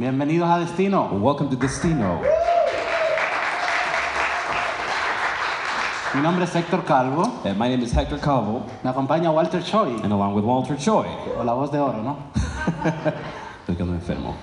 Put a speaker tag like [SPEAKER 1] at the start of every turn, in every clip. [SPEAKER 1] Bienvenidos a Destino.
[SPEAKER 2] Welcome to Destino.
[SPEAKER 1] Mi nombre es Héctor Calvo.
[SPEAKER 2] And my name is Hector Calvo,
[SPEAKER 1] Me acompaña Walter Choi,
[SPEAKER 2] and along with Walter Choi,
[SPEAKER 1] o la voz de oro, ¿no?
[SPEAKER 2] estoy quedando enfermo.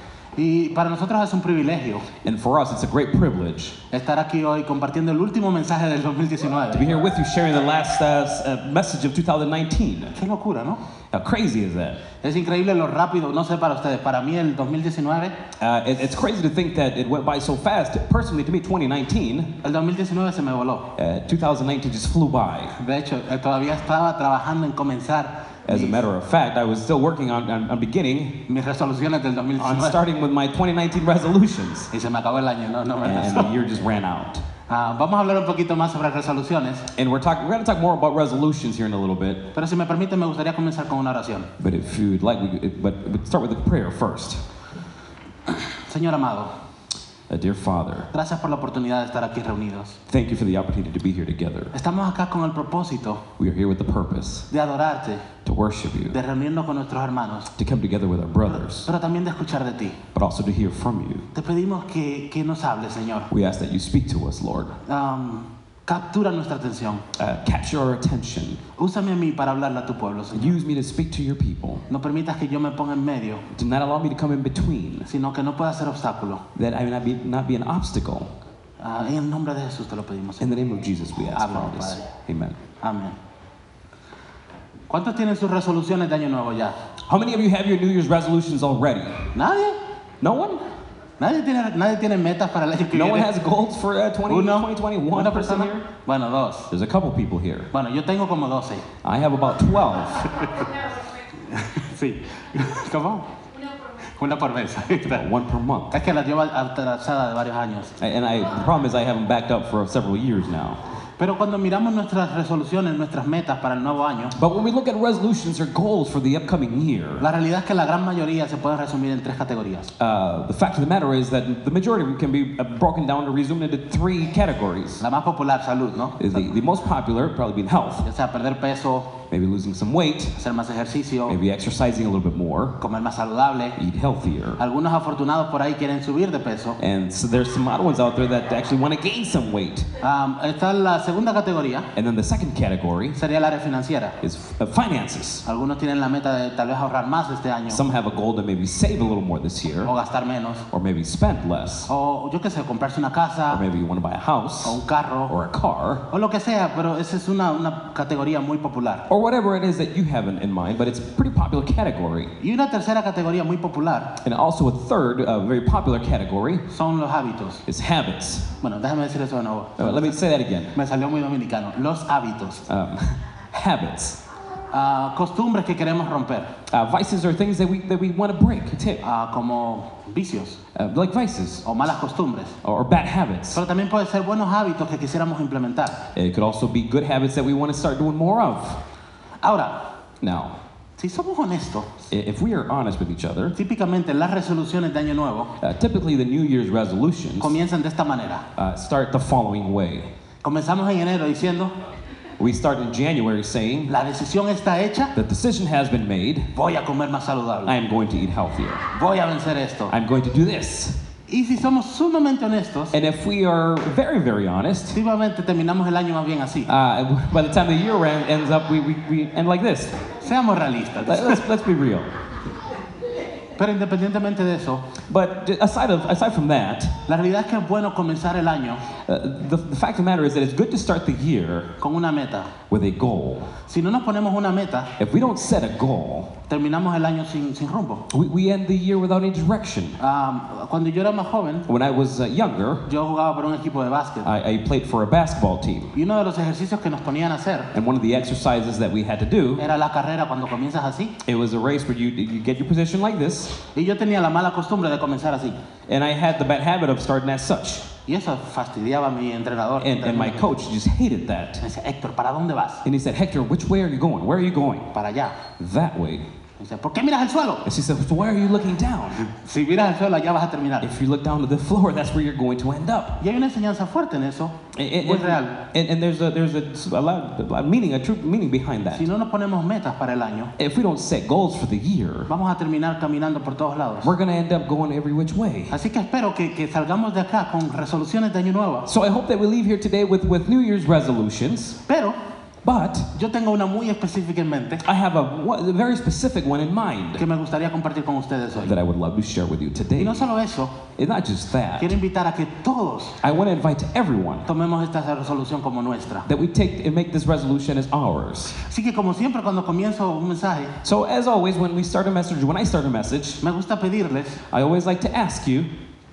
[SPEAKER 1] Y para nosotros es un privilegio
[SPEAKER 2] And for us, it's a great privilege
[SPEAKER 1] estar aquí hoy compartiendo el último mensaje del
[SPEAKER 2] to be
[SPEAKER 1] 2019.
[SPEAKER 2] here with you, sharing the last uh, s- uh, message of 2019.
[SPEAKER 1] Qué locura, ¿no?
[SPEAKER 2] How crazy is that?
[SPEAKER 1] Es increíble lo rápido, no sé para ustedes, para mí el 2019,
[SPEAKER 2] Uh, it- it's crazy to think that it went by so fast. Personally, to me, 2019,
[SPEAKER 1] el 2019 se me voló.
[SPEAKER 2] uh, 2019 just flew by.
[SPEAKER 1] De hecho, eh, todavía estaba trabajando en comenzar
[SPEAKER 2] As a
[SPEAKER 1] mis,
[SPEAKER 2] matter of fact, I was still working on, on, on beginning,
[SPEAKER 1] mis resoluciones del
[SPEAKER 2] on
[SPEAKER 1] 2019
[SPEAKER 2] starting with my 2019 resolutions.
[SPEAKER 1] y se me acabó el año, no, no me
[SPEAKER 2] And
[SPEAKER 1] alcanzó.
[SPEAKER 2] the year just ran out.
[SPEAKER 1] Ah, Vamos a hablar un poquito más sobre resoluciones,
[SPEAKER 2] And we're talking. We're going to talk more about resolutions here in a little bit.
[SPEAKER 1] pero si me permiten me gustaría comenzar con una oración.
[SPEAKER 2] But if you'd like, we, could- but we'd start with a prayer first.
[SPEAKER 1] Señor amado,
[SPEAKER 2] Uh, dear Father,
[SPEAKER 1] Gracias por la oportunidad de estar aquí reunidos.
[SPEAKER 2] thank you for the opportunity to be here together.
[SPEAKER 1] Estamos acá con el propósito
[SPEAKER 2] We are here with the purpose
[SPEAKER 1] de adorarte,
[SPEAKER 2] to worship you,
[SPEAKER 1] de reunirnos con nuestros hermanos,
[SPEAKER 2] to come together with our brothers,
[SPEAKER 1] pero también de escuchar de ti.
[SPEAKER 2] but also to hear from you.
[SPEAKER 1] Te pedimos que, que nos hables, Señor.
[SPEAKER 2] We ask that you speak to us, Lord.
[SPEAKER 1] Am, captura nuestra atención.
[SPEAKER 2] Uh, capture our attention.
[SPEAKER 1] Úsame a mí para hablarle a tu pueblo, Señor.
[SPEAKER 2] Use me to speak to your people.
[SPEAKER 1] No permitas que yo me ponga en medio,
[SPEAKER 2] Do not allow me to come in between,
[SPEAKER 1] sino que no pueda ser obstáculo.
[SPEAKER 2] that I may not be, not be an obstacle.
[SPEAKER 1] Ah, en el nombre de Jesús te lo pedimos. Señor.
[SPEAKER 2] In the name of Jesus, we ask for all this. Amen.
[SPEAKER 1] Amén. ¿Cuántos tienen sus resoluciones de año nuevo ya?
[SPEAKER 2] How many of you have your New Year's resolutions already?
[SPEAKER 1] ¿Nadie?
[SPEAKER 2] No one?
[SPEAKER 1] ¿Nadie tiene, nadie tiene metas para el año que
[SPEAKER 2] No one
[SPEAKER 1] viene?
[SPEAKER 2] has goals for uh, 20,
[SPEAKER 1] Uno,
[SPEAKER 2] 2021?
[SPEAKER 1] una
[SPEAKER 2] person
[SPEAKER 1] persona.
[SPEAKER 2] here?
[SPEAKER 1] Bueno, dos.
[SPEAKER 2] There's a couple people here.
[SPEAKER 1] Bueno, yo tengo como 12.
[SPEAKER 2] I have about 12,
[SPEAKER 1] Sí. ¿Cómo? Una por mes. ahí está.
[SPEAKER 2] one per month.
[SPEAKER 1] Es que la llevo atrasada de varios años.
[SPEAKER 2] And I, the problem is I haven't backed up for several years now.
[SPEAKER 1] Pero cuando miramos nuestras resoluciones, nuestras metas para el nuevo año,
[SPEAKER 2] But when we look at resolutions or goals for the upcoming year,
[SPEAKER 1] la realidad es que la gran mayoría se puede resumir en tres categorías.
[SPEAKER 2] uh, the fact of the matter is that the majority can be uh, broken down or resumed into three categories.
[SPEAKER 1] La más popular, salud, ¿no?
[SPEAKER 2] The, the most popular would probably being health,
[SPEAKER 1] Ya sea perder peso,
[SPEAKER 2] maybe losing some weight,
[SPEAKER 1] hacer más ejercicio,
[SPEAKER 2] maybe exercising a little bit more,
[SPEAKER 1] comer más saludable.
[SPEAKER 2] eat healthier.
[SPEAKER 1] Algunos afortunados por ahí quieren subir de peso.
[SPEAKER 2] And so there's some odd ones out there that actually want to gain some weight.
[SPEAKER 1] Ah, está la segunda categoría,
[SPEAKER 2] And then the second category
[SPEAKER 1] sería el área financiera.
[SPEAKER 2] is uh, finances.
[SPEAKER 1] Algunos tienen la meta de tal vez ahorrar más este año
[SPEAKER 2] Some have a goal to maybe save a little more this year,
[SPEAKER 1] o gastar menos.
[SPEAKER 2] or maybe spend less,
[SPEAKER 1] O yo qué sé, comprarse una
[SPEAKER 2] or
[SPEAKER 1] casa
[SPEAKER 2] maybe you want to buy
[SPEAKER 1] o
[SPEAKER 2] a house
[SPEAKER 1] un carro
[SPEAKER 2] or a car,
[SPEAKER 1] o lo que sea, pero esa es una, una categoría muy popular.
[SPEAKER 2] or whatever it is that you have in, in mind, but it's a pretty popular category.
[SPEAKER 1] Y una tercera categoría muy popular
[SPEAKER 2] And also a third uh, very popular category
[SPEAKER 1] son los hábitos.
[SPEAKER 2] is habits.
[SPEAKER 1] Bueno, déjame decir eso de nuevo.
[SPEAKER 2] Uh, let me say that again.
[SPEAKER 1] Me salió muy dominicano. Los hábitos.
[SPEAKER 2] Um, habits.
[SPEAKER 1] Ah, costumbres que queremos romper,
[SPEAKER 2] Uh, vices are things that we, that we want to break, take,
[SPEAKER 1] ah, como vicios
[SPEAKER 2] uh, like vices
[SPEAKER 1] o malas costumbres.
[SPEAKER 2] or, or bad habits.
[SPEAKER 1] Pero también puede ser buenos hábitos que quisiéramos implementar.
[SPEAKER 2] It could also be good habits that we want to start doing more of.
[SPEAKER 1] Ahora,
[SPEAKER 2] Now,
[SPEAKER 1] si somos honestos,
[SPEAKER 2] i- if we are honest with each other,
[SPEAKER 1] típicamente las resoluciones de año nuevo
[SPEAKER 2] uh, typically the New Year's resolutions
[SPEAKER 1] comienzan de esta manera.
[SPEAKER 2] uh, start the following way.
[SPEAKER 1] Comenzamos en enero diciendo,
[SPEAKER 2] We start in January saying,
[SPEAKER 1] la decisión está hecha,
[SPEAKER 2] the decision has been made.
[SPEAKER 1] voy a comer más saludable,
[SPEAKER 2] I am going to eat healthier.
[SPEAKER 1] voy a vencer esto.
[SPEAKER 2] I'm going to do this.
[SPEAKER 1] Y si somos sumamente honestos,
[SPEAKER 2] And if we are very, very honest,
[SPEAKER 1] últimamente terminamos el año más bien así.
[SPEAKER 2] uh, by the time the year end, ends up, we, we, we end like this.
[SPEAKER 1] Seamos
[SPEAKER 2] Let-
[SPEAKER 1] realistas.
[SPEAKER 2] Let's, let's be real.
[SPEAKER 1] Pero independientemente de eso,
[SPEAKER 2] But j- aside, of, aside from that,
[SPEAKER 1] la realidad es que es bueno comenzar el año
[SPEAKER 2] uh, the, the fact of the matter is that it's good to start the year
[SPEAKER 1] con una meta.
[SPEAKER 2] with a goal.
[SPEAKER 1] Si no nos ponemos una meta,
[SPEAKER 2] If we don't set a goal,
[SPEAKER 1] terminamos el año sin, sin rumbo.
[SPEAKER 2] we, we end the year without any direction.
[SPEAKER 1] Ah, cuando yo era más joven,
[SPEAKER 2] When I was uh, younger,
[SPEAKER 1] yo jugaba por un equipo de básquet.
[SPEAKER 2] I, I played for a basketball team.
[SPEAKER 1] Y uno de los ejercicios que nos ponían a hacer
[SPEAKER 2] And one of the exercises that we had to do,
[SPEAKER 1] era la carrera cuando comienzas así.
[SPEAKER 2] it was a race where you, you get your position like this,
[SPEAKER 1] Y yo tenía la mala costumbre de comenzar así.
[SPEAKER 2] and I had the bad habit of starting as such.
[SPEAKER 1] Y eso fastidiaba a mi entrenador.
[SPEAKER 2] And, and my coach just hated that.
[SPEAKER 1] Me decía, Héctor, ¿para dónde vas?
[SPEAKER 2] And he said, Hector, which way are you going? Where are you going?
[SPEAKER 1] Para allá.
[SPEAKER 2] That way.
[SPEAKER 1] Dice, ¿por qué miras al suelo?
[SPEAKER 2] And she said, So why are you looking down?
[SPEAKER 1] Si miras al suelo, allá vas a terminar.
[SPEAKER 2] If you look down to the floor, that's where you're going to end up.
[SPEAKER 1] Y hay una enseñanza fuerte en eso.
[SPEAKER 2] And, and-
[SPEAKER 1] Muy
[SPEAKER 2] and-
[SPEAKER 1] real.
[SPEAKER 2] and- and there's a there's a, a, lot, a lot of meaning, a true meaning behind that.
[SPEAKER 1] Si no nos ponemos metas para el año,
[SPEAKER 2] If we don't set goals for the year,
[SPEAKER 1] vamos a terminar caminando por todos lados.
[SPEAKER 2] we're gonna end up going every which way.
[SPEAKER 1] Así que espero que, que salgamos de acá con resoluciones de año nuevo.
[SPEAKER 2] So I hope that we leave here today with, with New Year's resolutions,
[SPEAKER 1] Pero
[SPEAKER 2] but
[SPEAKER 1] yo tengo una muy específica en mente
[SPEAKER 2] I have a, one- a very specific one in mind
[SPEAKER 1] que me gustaría compartir con ustedes hoy.
[SPEAKER 2] that I would love to share with you
[SPEAKER 1] Y
[SPEAKER 2] today.
[SPEAKER 1] no solo eso,
[SPEAKER 2] It's not just that.
[SPEAKER 1] quiero invitar a que todos
[SPEAKER 2] I want to invite everyone
[SPEAKER 1] tomemos esta resolución como nuestra.
[SPEAKER 2] that we take and make this resolution as ours.
[SPEAKER 1] Así que como siempre cuando comienzo un mensaje,
[SPEAKER 2] So as always, when we start a message, when I start a message,
[SPEAKER 1] me gusta pedirles
[SPEAKER 2] I always like to ask you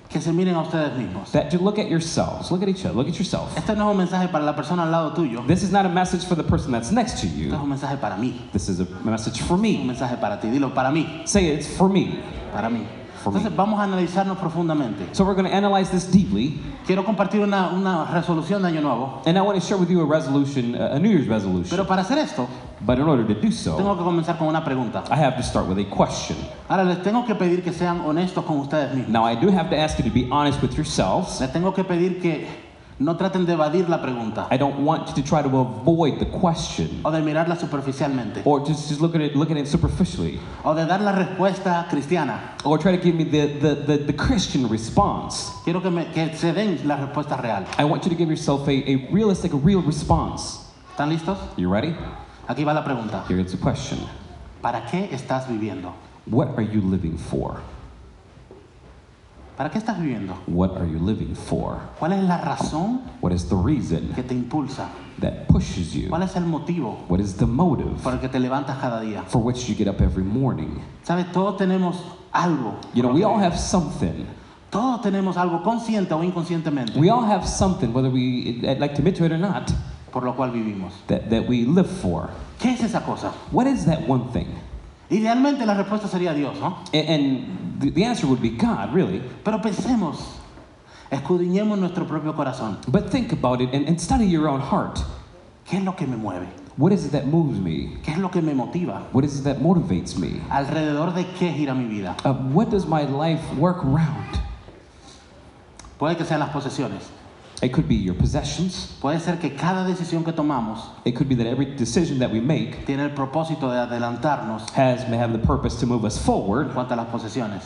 [SPEAKER 1] que se miren a ustedes mismos.
[SPEAKER 2] that you look at yourselves. Look at each other. Look at yourself.
[SPEAKER 1] Este no es un mensaje para la persona al lado tuyo,
[SPEAKER 2] This is not a message for the person that's next to
[SPEAKER 1] este es
[SPEAKER 2] you.
[SPEAKER 1] un mensaje para mí,
[SPEAKER 2] This is a message for
[SPEAKER 1] un
[SPEAKER 2] me.
[SPEAKER 1] mensaje para ti, dilo, para mí,
[SPEAKER 2] Say it's for me.
[SPEAKER 1] para mí.
[SPEAKER 2] For me.
[SPEAKER 1] Entonces vamos a analizarnos profundamente.
[SPEAKER 2] So we're going to analyze this deeply,
[SPEAKER 1] Quiero compartir una, una resolución de año nuevo,
[SPEAKER 2] and I want to share with you a resolution, a a New Year's resolution.
[SPEAKER 1] pero para hacer esto
[SPEAKER 2] But in order to do so,
[SPEAKER 1] tengo que comenzar con una pregunta.
[SPEAKER 2] I have to start with a question.
[SPEAKER 1] Ahora les tengo que pedir que sean honestos con ustedes mismos.
[SPEAKER 2] Now I do have to ask you to be honest with yourselves.
[SPEAKER 1] Les tengo que pedir que no traten de evadir la pregunta
[SPEAKER 2] I don't want you to try to avoid the question.
[SPEAKER 1] o de mirarla superficialmente
[SPEAKER 2] or just, just look at it look at it superficially
[SPEAKER 1] o de dar la respuesta cristiana.
[SPEAKER 2] or try to give me the, the, the, the christian response
[SPEAKER 1] Quiero que, me- que se den la respuesta real.
[SPEAKER 2] i want you to give yourself a, a realistic a real response
[SPEAKER 1] ¿Están listos?
[SPEAKER 2] you ready
[SPEAKER 1] Aquí va la pregunta.
[SPEAKER 2] here's the question
[SPEAKER 1] ¿Para qué estás viviendo?
[SPEAKER 2] what are you living for
[SPEAKER 1] ¿Para qué estás viviendo?
[SPEAKER 2] what are you living for
[SPEAKER 1] ¿Cuál es la razón
[SPEAKER 2] what is the reason
[SPEAKER 1] que te impulsa?
[SPEAKER 2] that pushes you
[SPEAKER 1] ¿Cuál es el motivo
[SPEAKER 2] what is the motive
[SPEAKER 1] por el que te levantas cada día?
[SPEAKER 2] for which you get up every morning
[SPEAKER 1] Sabes, todos tenemos algo.
[SPEAKER 2] you know we all have something
[SPEAKER 1] Todos tenemos algo consciente o inconscientemente
[SPEAKER 2] we all have something whether we like to admit to it or not
[SPEAKER 1] por lo cual vivimos.
[SPEAKER 2] that, that we live for
[SPEAKER 1] ¿Qué es esa cosa?
[SPEAKER 2] what is that one thing
[SPEAKER 1] Idealmente la respuesta sería Dios, ¿no?
[SPEAKER 2] A- And the- the answer would be God, really.
[SPEAKER 1] Pero pensemos, escudriñemos nuestro propio corazón.
[SPEAKER 2] But think about it and, and study your own heart.
[SPEAKER 1] ¿Qué es lo que me mueve?
[SPEAKER 2] What is it that moves me?
[SPEAKER 1] ¿Qué es lo que me motiva?
[SPEAKER 2] What is it that motivates me?
[SPEAKER 1] ¿Alrededor de qué gira mi vida?
[SPEAKER 2] Uh, what does my life work around?
[SPEAKER 1] Puede que sean las posesiones.
[SPEAKER 2] It could be your possessions.
[SPEAKER 1] Puede ser que cada decisión que tomamos
[SPEAKER 2] It could be that every decision that we make
[SPEAKER 1] tiene el propósito de adelantarnos
[SPEAKER 2] has may have the purpose to move us
[SPEAKER 1] en
[SPEAKER 2] forward
[SPEAKER 1] cuanto a las posesiones.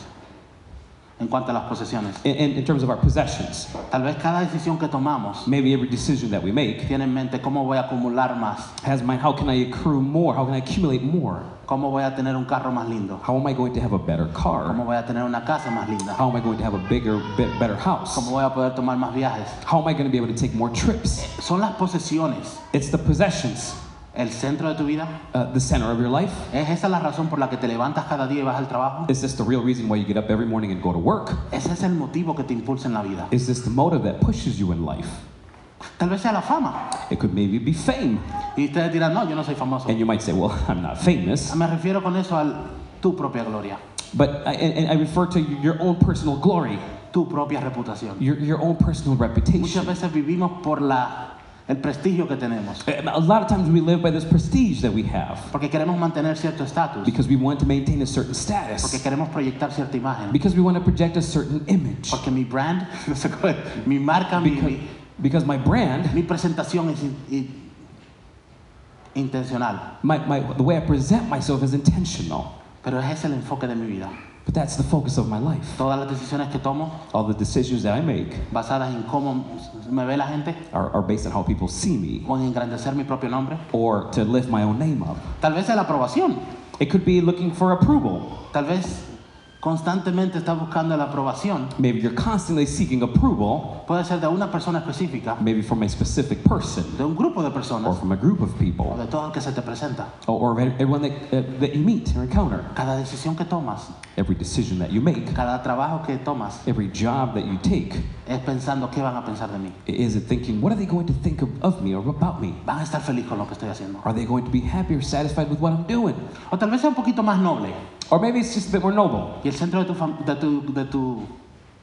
[SPEAKER 1] En cuanto a las posesiones.
[SPEAKER 2] in, in, in terms of our possessions.
[SPEAKER 1] Tal vez cada decisión que tomamos
[SPEAKER 2] Maybe every decision that we make
[SPEAKER 1] tiene en mente cómo voy a acumular más,
[SPEAKER 2] has mind how can I accrue more? How can I accumulate more?
[SPEAKER 1] cómo voy a tener un carro más lindo,
[SPEAKER 2] How am I going to have a better car?
[SPEAKER 1] cómo voy a tener una casa más linda,
[SPEAKER 2] How am I going to have a bigger, be- better
[SPEAKER 1] cómo
[SPEAKER 2] house?
[SPEAKER 1] voy a poder tomar más viajes.
[SPEAKER 2] How am I going to be able to take more trips?
[SPEAKER 1] Son las posesiones
[SPEAKER 2] It's the possessions,
[SPEAKER 1] el centro de tu vida.
[SPEAKER 2] uh, the center of your life.
[SPEAKER 1] ¿Es esa la razón por la que te levantas cada día y vas al trabajo?
[SPEAKER 2] Is this the real reason why you get up every morning and go to work?
[SPEAKER 1] Ese es el motivo que te impulsa en la vida.
[SPEAKER 2] Is this the motive that pushes you in life?
[SPEAKER 1] Tal vez sea la fama.
[SPEAKER 2] It could maybe be fame.
[SPEAKER 1] Y ustedes dirán, no, yo no soy famoso.
[SPEAKER 2] And you might say, well, I'm not famous.
[SPEAKER 1] Me refiero con eso a tu propia gloria,
[SPEAKER 2] But I, and, and I refer to your own personal glory,
[SPEAKER 1] tu propia reputación.
[SPEAKER 2] your, your own personal
[SPEAKER 1] Muchas
[SPEAKER 2] reputation.
[SPEAKER 1] veces vivimos por la, el prestigio que tenemos,
[SPEAKER 2] Um, A lot of times we live by this prestige that we have
[SPEAKER 1] porque queremos mantener cierto estatus,
[SPEAKER 2] because we want to maintain a certain
[SPEAKER 1] porque
[SPEAKER 2] status,
[SPEAKER 1] queremos proyectar cierta imagen,
[SPEAKER 2] because we want to project a certain image,
[SPEAKER 1] porque mi brand, no sé cómo es, mi marca, mi,
[SPEAKER 2] because,
[SPEAKER 1] mi,
[SPEAKER 2] because my brand,
[SPEAKER 1] mi presentación es in- in- intencional.
[SPEAKER 2] my, my, the way I present myself is intentional.
[SPEAKER 1] Pero ese es el enfoque de mi vida.
[SPEAKER 2] But that's the focus of my life.
[SPEAKER 1] Todas las decisiones que tomo,
[SPEAKER 2] All the decisions that I make
[SPEAKER 1] basadas en cómo me ve la gente,
[SPEAKER 2] are, are based on how people see me
[SPEAKER 1] o en engrandecer mi propio nombre.
[SPEAKER 2] or to lift my own name up.
[SPEAKER 1] Tal vez es la aprobación.
[SPEAKER 2] It could be looking for approval.
[SPEAKER 1] Tal vez constantemente estás buscando la aprobación.
[SPEAKER 2] Maybe you're constantly seeking approval,
[SPEAKER 1] Puede ser de una persona específica,
[SPEAKER 2] maybe from a specific person
[SPEAKER 1] de un grupo de
[SPEAKER 2] or
[SPEAKER 1] personas,
[SPEAKER 2] from a group of
[SPEAKER 1] o
[SPEAKER 2] people
[SPEAKER 1] de todo el que se te presenta.
[SPEAKER 2] or, or everyone that, uh, that you meet or encounter.
[SPEAKER 1] Cada decisión que tomas,
[SPEAKER 2] Every decision that you make,
[SPEAKER 1] cada trabajo que tomas,
[SPEAKER 2] every job that you take,
[SPEAKER 1] es pensando qué van a pensar de mí.
[SPEAKER 2] i- is it thinking, what are they going to think of, of me or about me?
[SPEAKER 1] Van a estar feliz con lo que estoy haciendo.
[SPEAKER 2] Are they going to be happy or satisfied with what I'm doing?
[SPEAKER 1] O tal vez sea un poquito más noble.
[SPEAKER 2] Or maybe it's just a bit more noble.
[SPEAKER 1] Y el centro de tu, fam- de tu, de tu,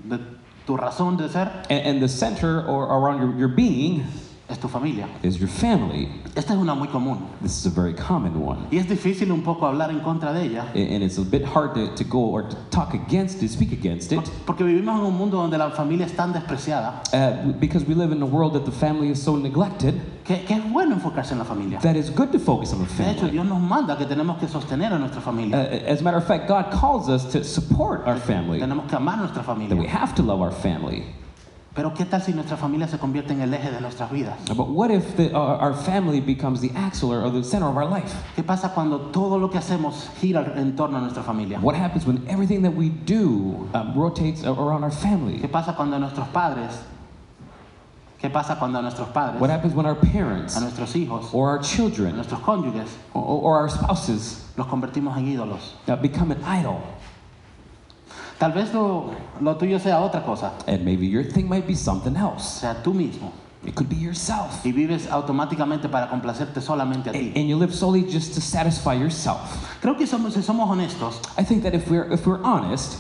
[SPEAKER 1] de tu razón de ser
[SPEAKER 2] And, and the center or around your, your being
[SPEAKER 1] es tu familia.
[SPEAKER 2] is your family.
[SPEAKER 1] Esta es una muy común.
[SPEAKER 2] This is a very common one.
[SPEAKER 1] Y es difícil un poco hablar en contra de ella.
[SPEAKER 2] A- And it's a bit hard to, to go or to talk against it, speak against it,
[SPEAKER 1] Porque vivimos en un mundo donde la familia es tan despreciada
[SPEAKER 2] uh, because we live in a world that the family is so neglected
[SPEAKER 1] que, que es bueno enfocarse en la familia.
[SPEAKER 2] that it's good to focus on the
[SPEAKER 1] De hecho,
[SPEAKER 2] family.
[SPEAKER 1] Dios nos manda que tenemos que sostener a nuestra
[SPEAKER 2] Uh,
[SPEAKER 1] familia.
[SPEAKER 2] as a matter of fact, God calls us to support our family,
[SPEAKER 1] Tenemos que amar a nuestra
[SPEAKER 2] that we
[SPEAKER 1] familia.
[SPEAKER 2] have to love our family.
[SPEAKER 1] Pero ¿qué tal si nuestra familia se convierte en el eje de nuestras vidas?
[SPEAKER 2] But what if the, uh, our family becomes the axle or the center of our life?
[SPEAKER 1] ¿Qué pasa cuando todo lo que hacemos gira en torno a nuestra familia?
[SPEAKER 2] What happens when everything that we do um, rotates a- around our
[SPEAKER 1] ¿Qué
[SPEAKER 2] family?
[SPEAKER 1] pasa cuando nuestros padres? ¿Qué pasa cuando a nuestros
[SPEAKER 2] What
[SPEAKER 1] padres,
[SPEAKER 2] happens when our parents
[SPEAKER 1] a nuestros hijos,
[SPEAKER 2] or our
[SPEAKER 1] a
[SPEAKER 2] children
[SPEAKER 1] nuestros cónyuges
[SPEAKER 2] or, or our spouses
[SPEAKER 1] los convertimos en ídolos?
[SPEAKER 2] uh, become an idol?
[SPEAKER 1] Tal vez lo, lo tuyo sea otra cosa,
[SPEAKER 2] And maybe your thing might be something
[SPEAKER 1] o
[SPEAKER 2] else.
[SPEAKER 1] sea, tú mismo,
[SPEAKER 2] It could be yourself.
[SPEAKER 1] y vives automáticamente para complacerte solamente a ti.
[SPEAKER 2] And, and you live solely just to satisfy yourself.
[SPEAKER 1] Creo que somos, si somos honestos,
[SPEAKER 2] I think that if we're, if we're honest,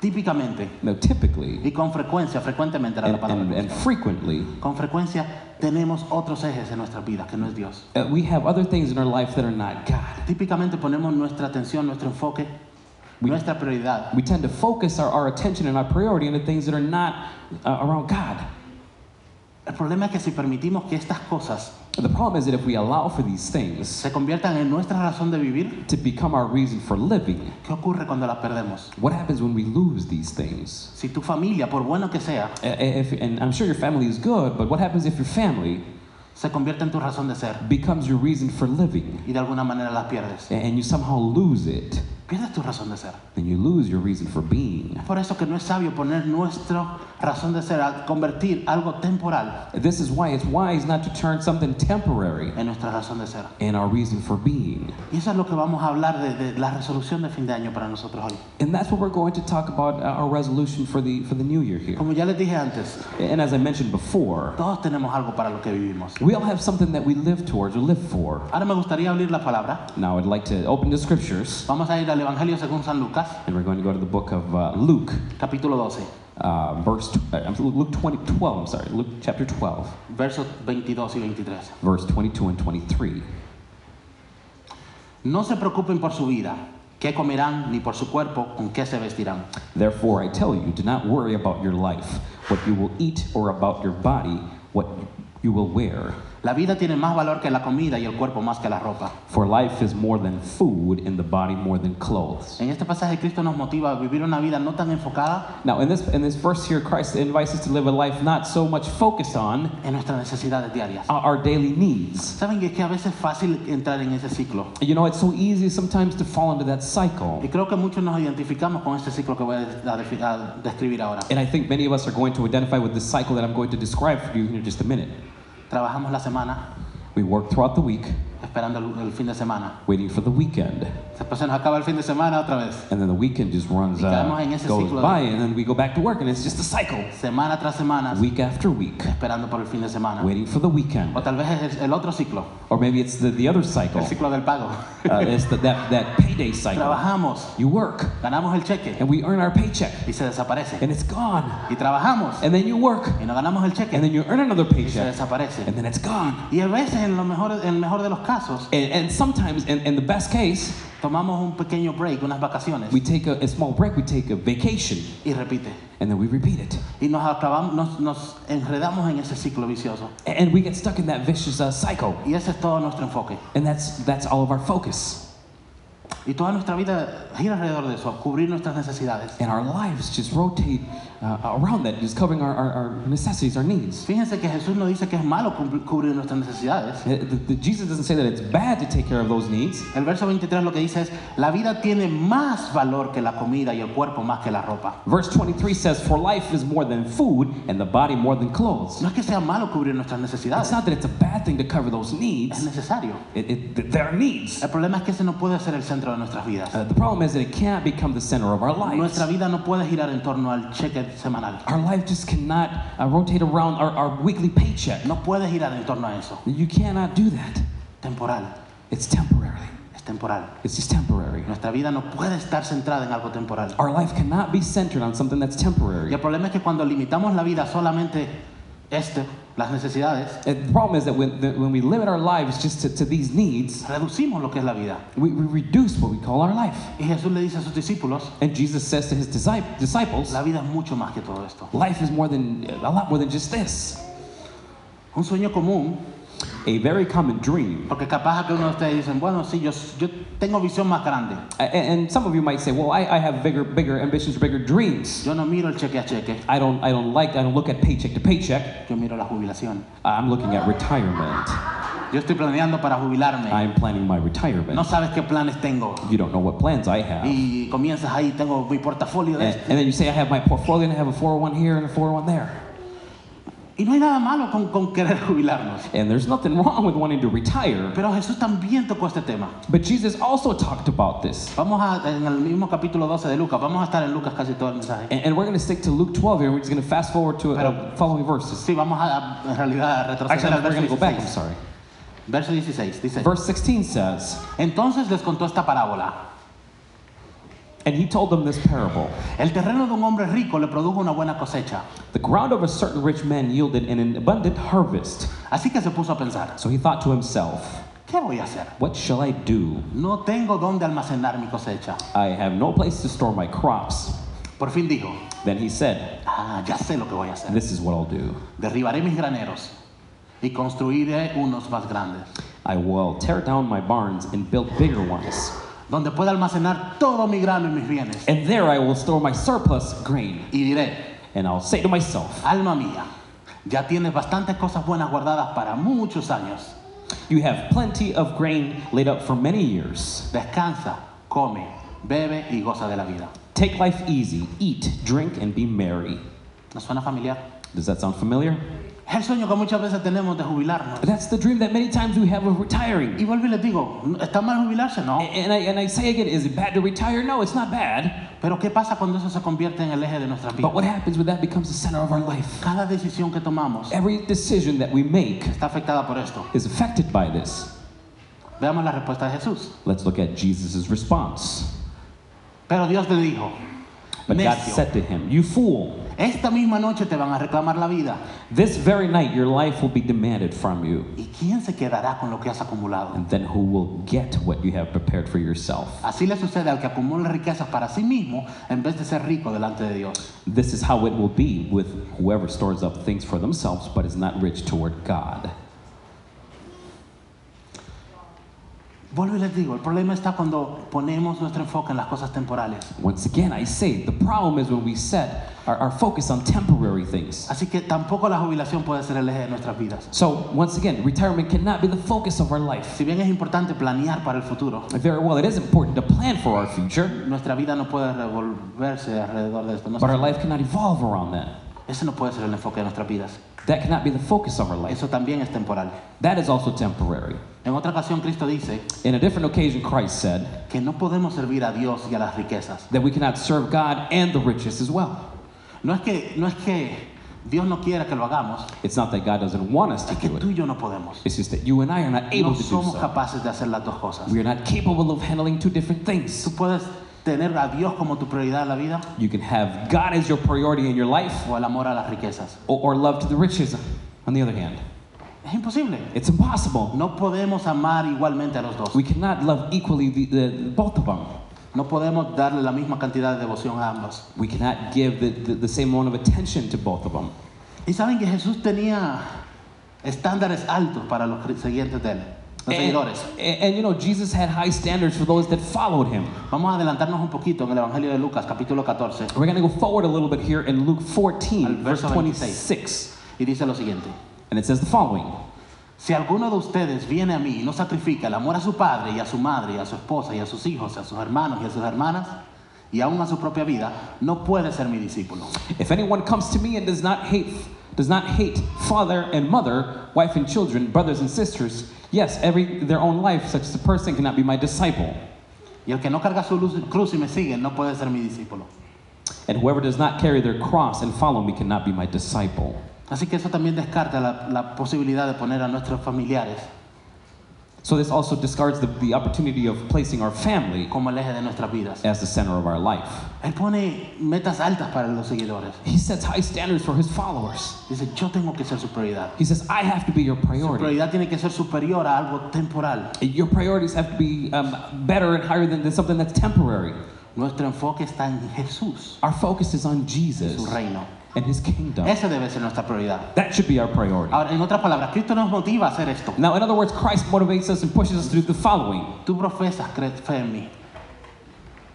[SPEAKER 1] típicamente
[SPEAKER 2] no, typically
[SPEAKER 1] y con frecuencia, frecuentemente era la
[SPEAKER 2] and,
[SPEAKER 1] palabra.
[SPEAKER 2] and,
[SPEAKER 1] que
[SPEAKER 2] and
[SPEAKER 1] buscaba.
[SPEAKER 2] frequently,
[SPEAKER 1] Con frecuencia tenemos otros ejes en nuestras vidas que no es Dios.
[SPEAKER 2] uh, we have other things in our life that are not God.
[SPEAKER 1] Típicamente ponemos nuestra atención, nuestro enfoque, nuestra prioridad
[SPEAKER 2] We tend to focus our, our attention and our priority on the things that are not uh, around God.
[SPEAKER 1] El problema es que si permitimos que estas cosas
[SPEAKER 2] The problem is that if we allow for these things
[SPEAKER 1] se conviertan en nuestra razón de vivir,
[SPEAKER 2] to become our reason for living,
[SPEAKER 1] ¿qué ocurre cuando las perdemos?
[SPEAKER 2] what happens when we lose these things?
[SPEAKER 1] Si tu familia, por bueno que sea,
[SPEAKER 2] Uh, If, and I'm sure your family is good, but what happens if your family
[SPEAKER 1] se convierte en tu razón de ser
[SPEAKER 2] becomes your reason for living
[SPEAKER 1] y de alguna manera las pierdes?
[SPEAKER 2] and you somehow lose it?
[SPEAKER 1] Pierdes tu razón de ser.
[SPEAKER 2] Then you lose your reason for being.
[SPEAKER 1] Es por eso que no es sabio poner nuestra razón de ser a convertir algo temporal
[SPEAKER 2] This is why it's wise not to turn something temporary
[SPEAKER 1] en nuestra razón de ser.
[SPEAKER 2] in our reason for being.
[SPEAKER 1] Y eso es lo que vamos a hablar de, de la resolución de fin de año para nosotros hoy.
[SPEAKER 2] And that's what we're going to talk about uh, our resolution for the, for the new year here.
[SPEAKER 1] Como ya les dije antes,
[SPEAKER 2] And as I mentioned before,
[SPEAKER 1] todos tenemos algo para lo que vivimos.
[SPEAKER 2] we all have something that we live towards or live for.
[SPEAKER 1] Ahora me gustaría abrir la palabra.
[SPEAKER 2] Now I'd like to open the scriptures,
[SPEAKER 1] Vamos a ir al Evangelio según San Lucas,
[SPEAKER 2] and we're going to go to the book of uh, Luke,
[SPEAKER 1] capítulo 12,
[SPEAKER 2] uh, verse tw- uh, I'm- Luke 20, 12. I'm sorry, Luke chapter 12,
[SPEAKER 1] versos 22 y 23.
[SPEAKER 2] verse 22 and 23.
[SPEAKER 1] No se preocupen por su vida, qué comerán, ni por su cuerpo, con qué se vestirán.
[SPEAKER 2] Therefore I tell you, do not worry about your life, what you will eat, or about your body, what you will wear.
[SPEAKER 1] La vida tiene más valor que la comida y el cuerpo más que la ropa.
[SPEAKER 2] For life is more than food, and the body more than clothes.
[SPEAKER 1] En este pasaje Cristo nos motiva a vivir una vida no tan enfocada
[SPEAKER 2] Now, in this, in this verse here, Christ invites us to live a life not so much focused on
[SPEAKER 1] en nuestras necesidades diarias.
[SPEAKER 2] our- our daily needs.
[SPEAKER 1] Saben que es que a veces es fácil entrar en ese ciclo.
[SPEAKER 2] You know, it's so easy sometimes to fall into that cycle.
[SPEAKER 1] Y creo que muchos nos identificamos con este ciclo que voy a, defi- a describir ahora.
[SPEAKER 2] And I think many of us are going to identify with this cycle that I'm going to describe for you here in just a minute.
[SPEAKER 1] Trabajamos la semana
[SPEAKER 2] We work throughout the week,
[SPEAKER 1] esperando el, el fin de semana.
[SPEAKER 2] waiting for the weekend.
[SPEAKER 1] Después se nos acaba el fin de semana otra vez.
[SPEAKER 2] And then the weekend just runs
[SPEAKER 1] Y
[SPEAKER 2] out,
[SPEAKER 1] caemos en ese
[SPEAKER 2] goes
[SPEAKER 1] ciclo de-
[SPEAKER 2] by, and then we go back to work, and it's just a cycle.
[SPEAKER 1] Semana tras semana
[SPEAKER 2] Week after week,
[SPEAKER 1] esperando por el fin de semana.
[SPEAKER 2] waiting for the weekend.
[SPEAKER 1] O tal vez es el otro ciclo,
[SPEAKER 2] Or maybe it's the, the other cycle.
[SPEAKER 1] el ciclo del pago.
[SPEAKER 2] Uh, it's the, that, that payday cycle.
[SPEAKER 1] Trabajamos,
[SPEAKER 2] You work,
[SPEAKER 1] ganamos el cheque
[SPEAKER 2] and we earn our paycheck,
[SPEAKER 1] y se desaparece.
[SPEAKER 2] and it's gone.
[SPEAKER 1] Y trabajamos
[SPEAKER 2] And then you work,
[SPEAKER 1] y no ganamos el
[SPEAKER 2] and
[SPEAKER 1] cheque
[SPEAKER 2] then you earn another
[SPEAKER 1] y se
[SPEAKER 2] paycheck,
[SPEAKER 1] desaparece.
[SPEAKER 2] and then it's gone.
[SPEAKER 1] Y a veces, en, lo mejor, en el mejor de los casos,
[SPEAKER 2] And, and sometimes, in, in the best case,
[SPEAKER 1] tomamos un pequeño break, unas vacaciones
[SPEAKER 2] we take a, a small break, we take a vacation,
[SPEAKER 1] y repite.
[SPEAKER 2] and then we repeat it.
[SPEAKER 1] Y nos, acabamos, nos, nos enredamos en ese ciclo vicioso.
[SPEAKER 2] And we get stuck in that vicious uh, cycle.
[SPEAKER 1] Y ese es todo nuestro enfoque.
[SPEAKER 2] And that's, that's all of our focus.
[SPEAKER 1] Y toda nuestra vida gira alrededor de eso, cubrir nuestras necesidades.
[SPEAKER 2] And our lives just rotate uh, around that, just covering our, our, our necessities, our needs.
[SPEAKER 1] Fíjense que Jesús no dice que es malo cumpl- cubrir nuestras necesidades.
[SPEAKER 2] Uh, the- the- Jesus doesn't say that it's bad to take care of those needs.
[SPEAKER 1] El verso 23 lo que dice es, la vida tiene más valor que la comida y el cuerpo más que la ropa.
[SPEAKER 2] Verse 23 says, For life is more than food, and the body more than clothes.
[SPEAKER 1] No es que sea malo cubrir nuestras
[SPEAKER 2] It's
[SPEAKER 1] necesidades,
[SPEAKER 2] not that it's a bad thing to cover those
[SPEAKER 1] es
[SPEAKER 2] needs,
[SPEAKER 1] necesario.
[SPEAKER 2] it, it, th- there are needs.
[SPEAKER 1] El problema es que ese no puede ser el centro de nuestras vidas.
[SPEAKER 2] Uh, the problem is that it can't become the center of our lives.
[SPEAKER 1] Nuestra vida no puede girar en torno al cheque semanal.
[SPEAKER 2] Our life just cannot uh, rotate around our, our weekly paycheck.
[SPEAKER 1] No puede girar en torno a eso.
[SPEAKER 2] You cannot do that.
[SPEAKER 1] Temporal.
[SPEAKER 2] It's temporary.
[SPEAKER 1] Es temporal.
[SPEAKER 2] It's just temporary.
[SPEAKER 1] Nuestra vida no puede estar centrada en algo temporal.
[SPEAKER 2] Our life cannot be centered on something that's
[SPEAKER 1] Y
[SPEAKER 2] temporary.
[SPEAKER 1] el problema es que cuando limitamos la vida solamente este, las necesidades,
[SPEAKER 2] And the problem is that when, that when we limit our lives just to, to these needs,
[SPEAKER 1] reducimos lo que es la vida.
[SPEAKER 2] we, we reduce what we call our life.
[SPEAKER 1] Y Jesús le dice a sus discípulos,
[SPEAKER 2] And Jesus says to his disci- disciples,
[SPEAKER 1] la vida es mucho más que todo esto.
[SPEAKER 2] life is more than a lot more than just this.
[SPEAKER 1] Un sueño común,
[SPEAKER 2] A very common dream.
[SPEAKER 1] porque capaz que uno de ustedes dicen, bueno, sí, yo, yo tengo visión más grande.
[SPEAKER 2] A- a- And some of you might say, well, I, I have bigger, bigger ambitions, bigger dreams.
[SPEAKER 1] Yo no miro el cheque a cheque,
[SPEAKER 2] I don't, I don't like, I don't look at paycheck to paycheck.
[SPEAKER 1] yo miro la jubilación.
[SPEAKER 2] I'm looking at retirement.
[SPEAKER 1] Yo estoy planeando para jubilarme.
[SPEAKER 2] I'm planning my
[SPEAKER 1] No
[SPEAKER 2] retirement.
[SPEAKER 1] sabes qué planes tengo.
[SPEAKER 2] You don't know what plans I have.
[SPEAKER 1] Y comienzas ahí, tengo mi portafolio de
[SPEAKER 2] And,
[SPEAKER 1] esto.
[SPEAKER 2] and then you say, I have my portfolio and I have a 401 here and a 401 there.
[SPEAKER 1] Y no hay nada malo con, con querer jubilarnos.
[SPEAKER 2] And there's nothing wrong with wanting to retire.
[SPEAKER 1] Pero Jesús también tocó este tema.
[SPEAKER 2] But Jesus also talked about this.
[SPEAKER 1] Vamos a, en el mismo capítulo 12 de Lucas, vamos a estar en Lucas casi todo el mensaje.
[SPEAKER 2] And, and we're going to stick to Luke 12 here. We're just going to fast forward to uh,
[SPEAKER 1] Pero-
[SPEAKER 2] following verses.
[SPEAKER 1] Sí, vamos a, a- en realidad a retroceder
[SPEAKER 2] Actually,
[SPEAKER 1] al
[SPEAKER 2] we're
[SPEAKER 1] verso
[SPEAKER 2] going to go back. I'm
[SPEAKER 1] 16.
[SPEAKER 2] sorry.
[SPEAKER 1] Verso 16, dice.
[SPEAKER 2] Verse 16 says,
[SPEAKER 1] Entonces les contó esta parábola.
[SPEAKER 2] And he told them this parable
[SPEAKER 1] El terreno de un hombre rico le produjo una buena cosecha.
[SPEAKER 2] The ground of a certain rich man yielded an abundant harvest.
[SPEAKER 1] Así que se puso a pensar,
[SPEAKER 2] So he thought to himself,
[SPEAKER 1] ¿qué voy a hacer?
[SPEAKER 2] What shall I do?
[SPEAKER 1] No tengo dónde almacenar mi cosecha.
[SPEAKER 2] I have no place to store my crops.
[SPEAKER 1] Por fin dijo,
[SPEAKER 2] Then he said,
[SPEAKER 1] ah, ya sé lo que voy a hacer.
[SPEAKER 2] This is what I'll do.
[SPEAKER 1] Derribaré mis graneros y construiré unos más grandes,
[SPEAKER 2] I will tear down my barns and build bigger ones.
[SPEAKER 1] donde pueda almacenar todo mi grano y mis bienes.
[SPEAKER 2] And there I will store my surplus grain.
[SPEAKER 1] Y diré,
[SPEAKER 2] And I'll say to myself,
[SPEAKER 1] alma mía, ya tienes bastantes cosas buenas guardadas para muchos años.
[SPEAKER 2] You have plenty of grain laid up for many years.
[SPEAKER 1] Descansa, come, bebe y goza de la vida.
[SPEAKER 2] Take life easy, eat, drink, and be merry.
[SPEAKER 1] ¿Nos suena familiar?
[SPEAKER 2] Does that sound familiar?
[SPEAKER 1] Es el sueño que muchas veces tenemos de jubilarnos.
[SPEAKER 2] That's the dream that many times we have of
[SPEAKER 1] Y
[SPEAKER 2] retiring.
[SPEAKER 1] vuelvo y les digo, ¿está mal jubilarse? No.
[SPEAKER 2] And I, and I say again, is it bad to retire? No, it's not bad.
[SPEAKER 1] Pero ¿qué pasa cuando eso se convierte en el eje de nuestra vida?
[SPEAKER 2] But what happens when that becomes the center of our life?
[SPEAKER 1] Cada decisión que tomamos
[SPEAKER 2] Every decision that we make
[SPEAKER 1] está afectada por esto.
[SPEAKER 2] is affected by this.
[SPEAKER 1] Veamos la respuesta de Jesús.
[SPEAKER 2] Let's look at Jesus' response.
[SPEAKER 1] Pero Dios le dijo,
[SPEAKER 2] But God
[SPEAKER 1] necio,
[SPEAKER 2] said to him, You fool,
[SPEAKER 1] esta misma noche te van a reclamar la vida.
[SPEAKER 2] this very night your life will be demanded from you.
[SPEAKER 1] ¿Y quién se quedará con lo que has acumulado?
[SPEAKER 2] And then who will get what you have prepared for yourself?
[SPEAKER 1] Así le sucede al que acumula riquezas para sí mismo en vez de ser rico delante de Dios.
[SPEAKER 2] This is how it will be with whoever stores up things for themselves but is not rich toward God.
[SPEAKER 1] Vuelvo y les digo, el problema está cuando ponemos nuestro enfoque en las cosas temporales.
[SPEAKER 2] Once again, I say the problem is when we set our, our focus on temporary things.
[SPEAKER 1] Así que tampoco la jubilación puede ser el eje de nuestras vidas.
[SPEAKER 2] So, once again, retirement cannot be the focus of our life.
[SPEAKER 1] Si bien es importante planear para el futuro,
[SPEAKER 2] Very well, it is important to plan for our future,
[SPEAKER 1] nuestra vida no puede revolverse alrededor de esto. No-
[SPEAKER 2] but our life cannot evolve around that.
[SPEAKER 1] ese no puede ser el enfoque de nuestras vidas.
[SPEAKER 2] That cannot be the focus of our life.
[SPEAKER 1] Eso también es temporal.
[SPEAKER 2] That is also temporary.
[SPEAKER 1] En otra ocasión, Cristo dice
[SPEAKER 2] In a different occasion, Christ said
[SPEAKER 1] que no podemos servir a Dios y a las riquezas.
[SPEAKER 2] that we cannot serve God and the riches as well.
[SPEAKER 1] No es que, no es que Dios no quiera que lo hagamos,
[SPEAKER 2] It's not that God doesn't want us to
[SPEAKER 1] es que
[SPEAKER 2] do
[SPEAKER 1] tú y
[SPEAKER 2] it.
[SPEAKER 1] yo no podemos.
[SPEAKER 2] It's just that you and I are not able
[SPEAKER 1] No
[SPEAKER 2] to do
[SPEAKER 1] somos
[SPEAKER 2] so.
[SPEAKER 1] capaces de hacer las dos cosas.
[SPEAKER 2] We are not capable of handling two different things.
[SPEAKER 1] Tú puedes tener a Dios como tu prioridad en la vida
[SPEAKER 2] You can have God as your priority in your life
[SPEAKER 1] o el amor a las riquezas.
[SPEAKER 2] or, or love to the riches, on the other hand.
[SPEAKER 1] Es imposible.
[SPEAKER 2] It's impossible.
[SPEAKER 1] No podemos amar igualmente a los dos.
[SPEAKER 2] We cannot love equally the, the, both of them.
[SPEAKER 1] No podemos darle la misma cantidad de devoción a ambos.
[SPEAKER 2] We cannot give the, the, the same amount of attention to both of them.
[SPEAKER 1] Y saben que Jesús tenía estándares altos para los cre- siguientes de él, los
[SPEAKER 2] And,
[SPEAKER 1] seguidores.
[SPEAKER 2] and- and, you know, Jesus had high standards for those that followed him.
[SPEAKER 1] Vamos a adelantarnos un poquito en el Evangelio de Lucas, capítulo 14,
[SPEAKER 2] We're going to go forward a little bit here in Luke 14,
[SPEAKER 1] Al
[SPEAKER 2] verse
[SPEAKER 1] verso
[SPEAKER 2] 26.
[SPEAKER 1] y dice lo siguiente.
[SPEAKER 2] And it says the following
[SPEAKER 1] Si alguno de ustedes viene a mí y no sacrifica el amor a su padre y a su madre y a su esposa y a sus hijos, y a sus hermanos y a sus hermanas, y aún a su propia vida, no puede ser mi discípulo.
[SPEAKER 2] If anyone comes to me and does not hate does not hate father and mother, wife and children, brothers and sisters, yes, every their own life, such a person cannot be my disciple.
[SPEAKER 1] Y el que no carga su luz- cruz y me sigue, no puede ser mi discípulo.
[SPEAKER 2] And whoever does not carry their cross and follow me cannot be my disciple.
[SPEAKER 1] Así que eso también descarta la, la posibilidad de poner a nuestros familiares
[SPEAKER 2] So this also discards the, the opportunity of placing our family
[SPEAKER 1] como el eje de nuestras vidas.
[SPEAKER 2] as the center of our life.
[SPEAKER 1] Él pone metas altas para los seguidores.
[SPEAKER 2] He sets high standards for his followers.
[SPEAKER 1] Dice, yo tengo que ser su prioridad.
[SPEAKER 2] He says, I have to be your
[SPEAKER 1] Su
[SPEAKER 2] priority.
[SPEAKER 1] prioridad tiene que ser superior a algo temporal.
[SPEAKER 2] Your priorities have to be um, better and higher than, than something that's temporary.
[SPEAKER 1] Nuestro enfoque está en Jesús,
[SPEAKER 2] Our focus is on
[SPEAKER 1] su
[SPEAKER 2] Jesus
[SPEAKER 1] reino.
[SPEAKER 2] and his kingdom.
[SPEAKER 1] Esa debe ser nuestra prioridad.
[SPEAKER 2] That should be our priority.
[SPEAKER 1] Ahora, en otras palabras, Cristo nos motiva a hacer esto.
[SPEAKER 2] Now, in other words, Christ motivates us and pushes us to do the following.
[SPEAKER 1] Tú profesas cre- fe en mí.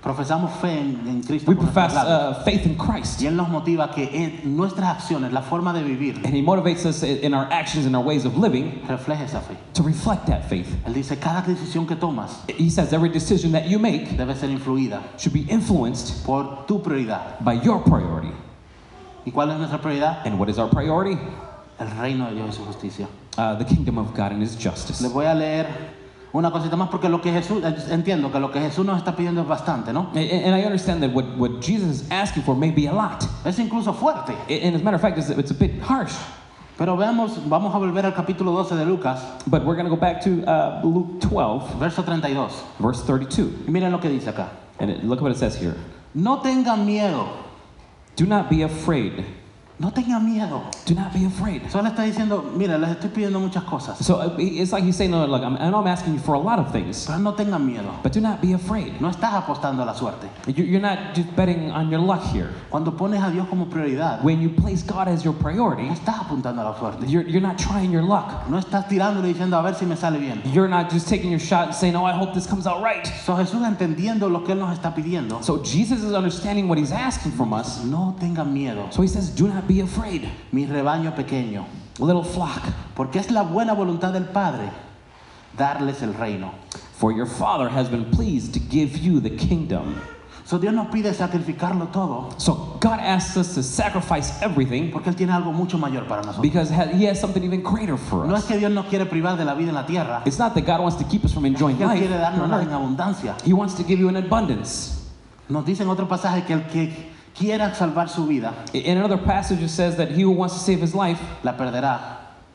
[SPEAKER 1] Profesamos fe en, en Cristo.
[SPEAKER 2] We
[SPEAKER 1] por nuestras
[SPEAKER 2] profess
[SPEAKER 1] labios.
[SPEAKER 2] uh, faith in Christ,
[SPEAKER 1] y Él nos motiva a que en nuestras acciones, la forma de vivir,
[SPEAKER 2] and He motivates us in in our actions and our ways of living
[SPEAKER 1] refleje esa fe.
[SPEAKER 2] to reflect that faith.
[SPEAKER 1] Él dice, cada decisión que tomas
[SPEAKER 2] He says every decision that you make
[SPEAKER 1] debe ser influida
[SPEAKER 2] should be influenced
[SPEAKER 1] por tu prioridad.
[SPEAKER 2] by your priority.
[SPEAKER 1] ¿Y cuál es nuestra prioridad?
[SPEAKER 2] And what is our priority?
[SPEAKER 1] El reino de Dios y su justicia.
[SPEAKER 2] Uh, the kingdom of God and His justice.
[SPEAKER 1] Les voy a leer una cosita más porque lo que Jesús, eh, entiendo que lo que Jesús nos está pidiendo es bastante, ¿no?
[SPEAKER 2] And, and I understand that what, what Jesus is asking for may be a lot.
[SPEAKER 1] Es incluso fuerte.
[SPEAKER 2] And as a matter of fact, it's, it's a bit harsh.
[SPEAKER 1] Pero veamos, vamos a volver al capítulo 12 de Lucas,
[SPEAKER 2] But we're going to go back to uh, Luke 12,
[SPEAKER 1] verso 32.
[SPEAKER 2] verse 32.
[SPEAKER 1] Y miren lo que dice acá.
[SPEAKER 2] And it, look what it says here.
[SPEAKER 1] No tengan miedo,
[SPEAKER 2] Do not be afraid.
[SPEAKER 1] no tengan miedo.
[SPEAKER 2] Do not be afraid.
[SPEAKER 1] Solo está diciendo, mira, les estoy pidiendo muchas cosas,
[SPEAKER 2] So uh, he- it's like he's saying, no, look, I'm, I know I'm asking you for a lot of things,
[SPEAKER 1] pero no tengan miedo.
[SPEAKER 2] but do not be afraid.
[SPEAKER 1] No estás apostando a la suerte.
[SPEAKER 2] You- You're not just betting on your luck here.
[SPEAKER 1] Cuando pones a Dios como prioridad,
[SPEAKER 2] When you place God as your priority,
[SPEAKER 1] no estás apuntando a la suerte.
[SPEAKER 2] you're, you're not trying your luck.
[SPEAKER 1] No estás tirándole diciendo a ver si me sale bien.
[SPEAKER 2] You're not just taking your shot and saying, oh, I hope this comes out right.
[SPEAKER 1] So Jesús entendiendo lo que Él nos está pidiendo,
[SPEAKER 2] So Jesus is understanding what he's asking from us.
[SPEAKER 1] no tengan miedo,
[SPEAKER 2] So he says, do not be afraid,
[SPEAKER 1] mi rebaño pequeño,
[SPEAKER 2] little flock,
[SPEAKER 1] porque es la buena voluntad del Padre darles el reino.
[SPEAKER 2] for your Father has been pleased to give you the kingdom.
[SPEAKER 1] So Dios nos pide sacrificarlo todo,
[SPEAKER 2] So God asks us to sacrifice everything
[SPEAKER 1] porque Él tiene algo mucho mayor para nosotros.
[SPEAKER 2] because ha- he has something even greater for
[SPEAKER 1] No
[SPEAKER 2] us.
[SPEAKER 1] es que Dios nos quiere privar de la vida en la tierra,
[SPEAKER 2] It's not that God wants to keep us from enjoying
[SPEAKER 1] que Él
[SPEAKER 2] life.
[SPEAKER 1] quiere darnos en
[SPEAKER 2] Right.
[SPEAKER 1] abundancia.
[SPEAKER 2] He wants to give you an abundance.
[SPEAKER 1] Nos dice en otro pasaje que el que quiera salvar su vida,
[SPEAKER 2] In another passage, it says that he who wants to save his life
[SPEAKER 1] la perderá.